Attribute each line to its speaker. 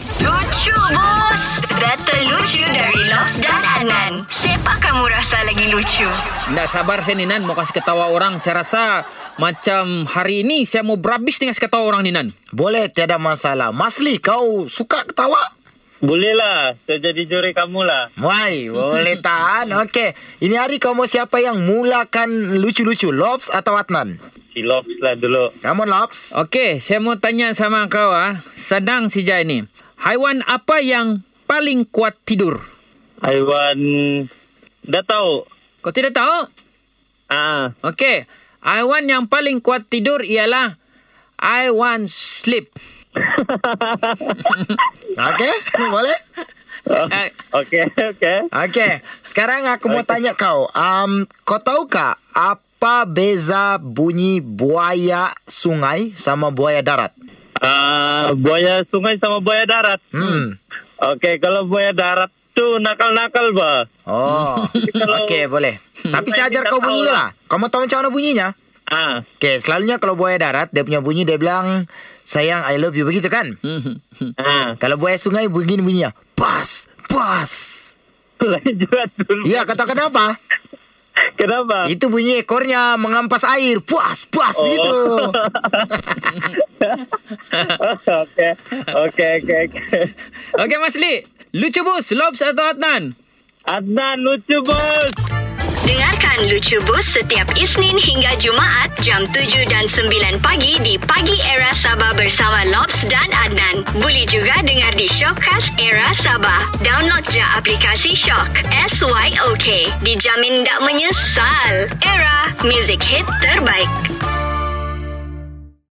Speaker 1: Lucu bos Data lucu dari Lobs dan Anan Siapa kamu rasa lagi lucu?
Speaker 2: Tak sabar saya Ninan mau kasih ketawa orang. Saya rasa macam hari ini saya mau berhabis dengan kasih ketawa orang Ninan.
Speaker 3: Boleh tiada masalah. Masli kau suka ketawa?
Speaker 4: Boleh lah. Saya jadi juri kamu lah.
Speaker 3: Wai, boleh tahan. Okey. Ini hari kau mau siapa yang mulakan lucu-lucu? Lobs atau Atnan?
Speaker 4: Si Lobs lah dulu.
Speaker 3: Kamu Lobs?
Speaker 2: Okey, saya mau tanya sama kau ah. Sedang sejak ini. Haiwan apa yang paling kuat tidur?
Speaker 4: Haiwan... Dah tahu.
Speaker 2: Kau tidak tahu?
Speaker 4: Ah,
Speaker 2: Okey. Haiwan yang paling kuat tidur ialah haiwan sleep.
Speaker 3: Okey, boleh?
Speaker 2: Eh,
Speaker 4: okey, okey.
Speaker 3: Okey. Sekarang aku mau tanya kau. Um, kau tahukah apa beza bunyi buaya sungai sama buaya darat?
Speaker 4: Ah, buaya sungai sama buaya darat.
Speaker 3: Hmm.
Speaker 4: Okey, kalau buaya darat tu nakal-nakal bah.
Speaker 3: Oh,
Speaker 4: Kalau-
Speaker 3: okey boleh. Tapi saya ajar kau bunyi je lah. Kau mau tahu macam mana bunyinya?
Speaker 4: Ah,
Speaker 3: Okey, selalunya kalau buaya darat, dia punya bunyi dia bilang, sayang, I love you, begitu kan?
Speaker 4: ah.
Speaker 3: Kalau buaya sungai, begini bunyinya. Pas, pas.
Speaker 4: Lain juga tu.
Speaker 3: Iya, kata kenapa?
Speaker 4: Kenapa?
Speaker 3: Itu bunyi ekornya mengampas air. Puas, puas,
Speaker 4: Oh.
Speaker 3: begitu.
Speaker 4: okey, okey, okey. okey.
Speaker 2: Okey Masli. Lucu bus, Lobs atau Adnan?
Speaker 4: Adnan lucu bos.
Speaker 1: Dengarkan Lucu Bus setiap Isnin hingga Jumaat Jam 7 dan 9 pagi di Pagi Era Sabah bersama Lobs dan Anan Boleh juga dengar di Showcast Era Sabah Download je aplikasi Shock S-Y-O-K Dijamin tak menyesal Era, music hit terbaik